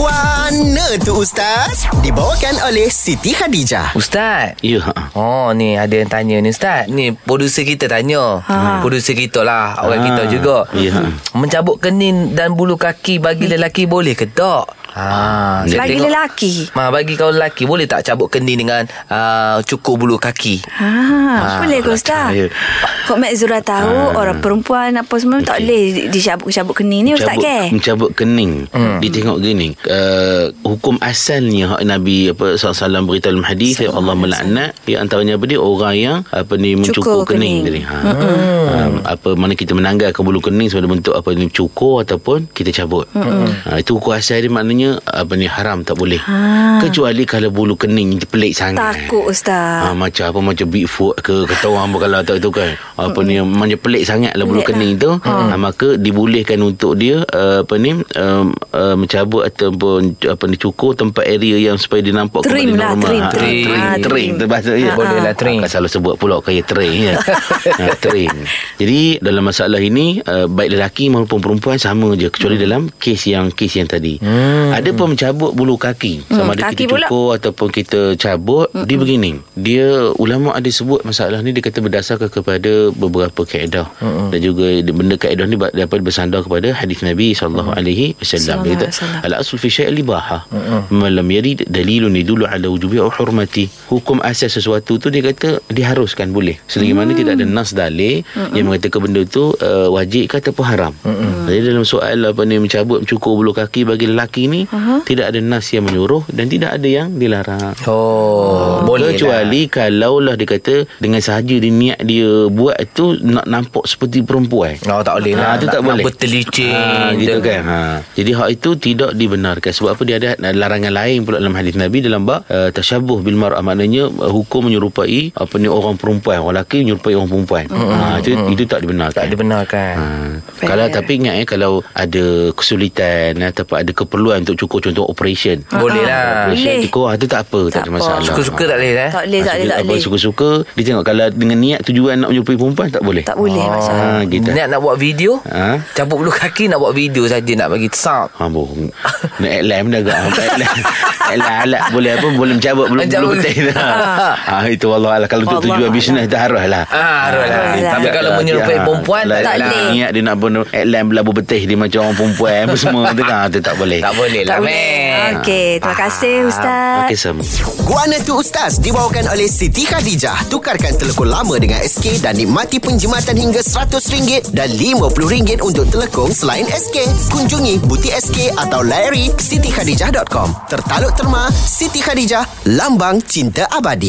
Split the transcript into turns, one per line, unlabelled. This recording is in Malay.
Guana tu Ustaz Dibawakan oleh Siti Khadijah
Ustaz
Ya.
Oh ni ada yang tanya ni Ustaz Ni producer kita tanya ha. Producer kita lah Orang
Ah,
kita juga
ya.
Mencabut kening dan bulu kaki Bagi lelaki boleh ke tak? Ha, saya
Bagi
tengok-
lelaki?
Ma, bagi kau lelaki Boleh tak cabut kening dengan uh, Cukur bulu kaki
Ha, boleh ke Ustaz?
saya.
Kok Mak Zura tahu orang perempuan apa semua tak boleh dicabut-cabut kening ni Ustaz
Mencabut,
ke?
mencabut kening hmm. Dia tengok gini uh, Hukum asalnya hak Nabi apa, SAW beritahu dalam hadis yang Allah melaknat Di antaranya apa dia Orang yang apa ni
Cukur
mencukur kening,
kening. Hmm.
kening. Ha. Um, Apa mana kita menanggalkan bulu kening Sebagai bentuk apa ni Cukur ataupun kita cabut
Hmm.
ha, Itu hukum asal dia maknanya Apa ni haram tak boleh Kecuali kalau bulu kening pelik sangat
Ah. Takut
Ha,
Ustaz.
macam apa macam Bigfoot ke kata orang apa kalau tak tu kan. Apa ni macam pelik sangat lah bulu
Pelik
kening tu. Ha, maka dibolehkan untuk dia uh, apa ni um, uh, mencabut ataupun apa ni cukur tempat area yang supaya dia nampak
Trim
kembali
lah,
normal.
trim,
Ha,
trim.
trim,
Ah,
trim,
trim.
trim. tu bahasa dia.
Ah, Boleh lah, ah. trim.
Ha, selalu sebut pula kaya trim ya. ha, trim. Jadi dalam masalah ini uh, baik lelaki maupun perempuan sama je kecuali
Hmm.
dalam kes yang kes yang tadi. Ada pun mencabut bulu kaki sama
Hmm,
ada
kaki
kita
pula. Hmm.
cukur cukur ataupun kita cabut mm dia begini dia ulama ada sebut masalah ni dia kata berdasarkan kepada beberapa kaedah
Hmm.
mm dan juga benda kaedah ni ber- dapat bersandar kepada hadis Nabi sallallahu alaihi wasallam dia kata
Sallallahu alaihi wasallam.
al aslu fi syai' libaha man lam yarid dalilun yadullu ala wujubi aw hurmati hukum asas sesuatu tu dia kata diharuskan boleh selagi mana tidak ada nas dalil yang mengatakan benda tu uh, wajib ke ataupun haram jadi dalam soal apa ni mencabut mencukur bulu kaki bagi lelaki ni tidak ada nas yang menyuruh dan tidak ada yang dilarang
Oh, Boleh
Ah. Kecuali lah. kalaulah dia kata Dengan sahaja dia niat dia buat tu Nak nampak seperti perempuan
lah Oh tak boleh lah
Ah, tu
nak,
tak boleh.
Nak bertelicin
Ah, gitu
Dan-
kan. Ha. Jadi hak itu tidak dibenarkan sebab apa dia ada ha, larangan lain pula dalam hadis Nabi dalam bab uh, tasyabuh bil mar'ah maknanya uh, hukum menyerupai apa ni orang perempuan, orang lelaki menyerupai orang perempuan. Ha itu itu tak dibenarkan.
Tak dibenarkan
Ha. Kalau tapi ingat eh kalau ada kesulitan eh, ataupun ada keperluan untuk cukur contoh operation. Ha,
Boleh lah
Operation
Boleh.
cukur itu tak apa, tak,
Tak
ada
apa.
masalah. Ha.
Suka-suka tak boleh eh
Tak boleh, tak boleh, tak
Apa,
boleh.
Suka-suka dia tengok kalau dengan niat tujuan nak menyerupai perempuan tak boleh.
Tak boleh macam.
Ha gitu.
Ah, Niat nak buat video ha?
Ha?
Cabut bulu kaki Nak buat video saja Nak bagi sub
Ha bohong. Nak alam dah agak Nak alam. Alam alat boleh apa boleh mencabut belum
Mencabut.
belum betul.
Ah.
Ha itu Allah Allah kalau untuk
Allah
tujuan bisnes dah harus lah.
Ah, harus lah. Tapi
tidak
kalau
lah.
menyerupai
Ah,
perempuan, tak
lah.
boleh.
Niat dia nak bunuh alam belabu betih dia macam orang perempuan apa semua tu kan tu tak boleh. Ha.
Tak boleh
Tak
lah
boleh.
man
Okey, terima kasih Ustaz.
Okey sama.
Guana tu Ustaz Dibawakan oleh Siti Khadijah Tukarkan telekong lama dengan SK Dan nikmati penjimatan hingga RM100 Dan RM50 untuk telekong selain SK Kunjungi butik SK atau layari sitikhadijah.com Tertaluk terma Siti Khadijah Lambang Cinta Abadi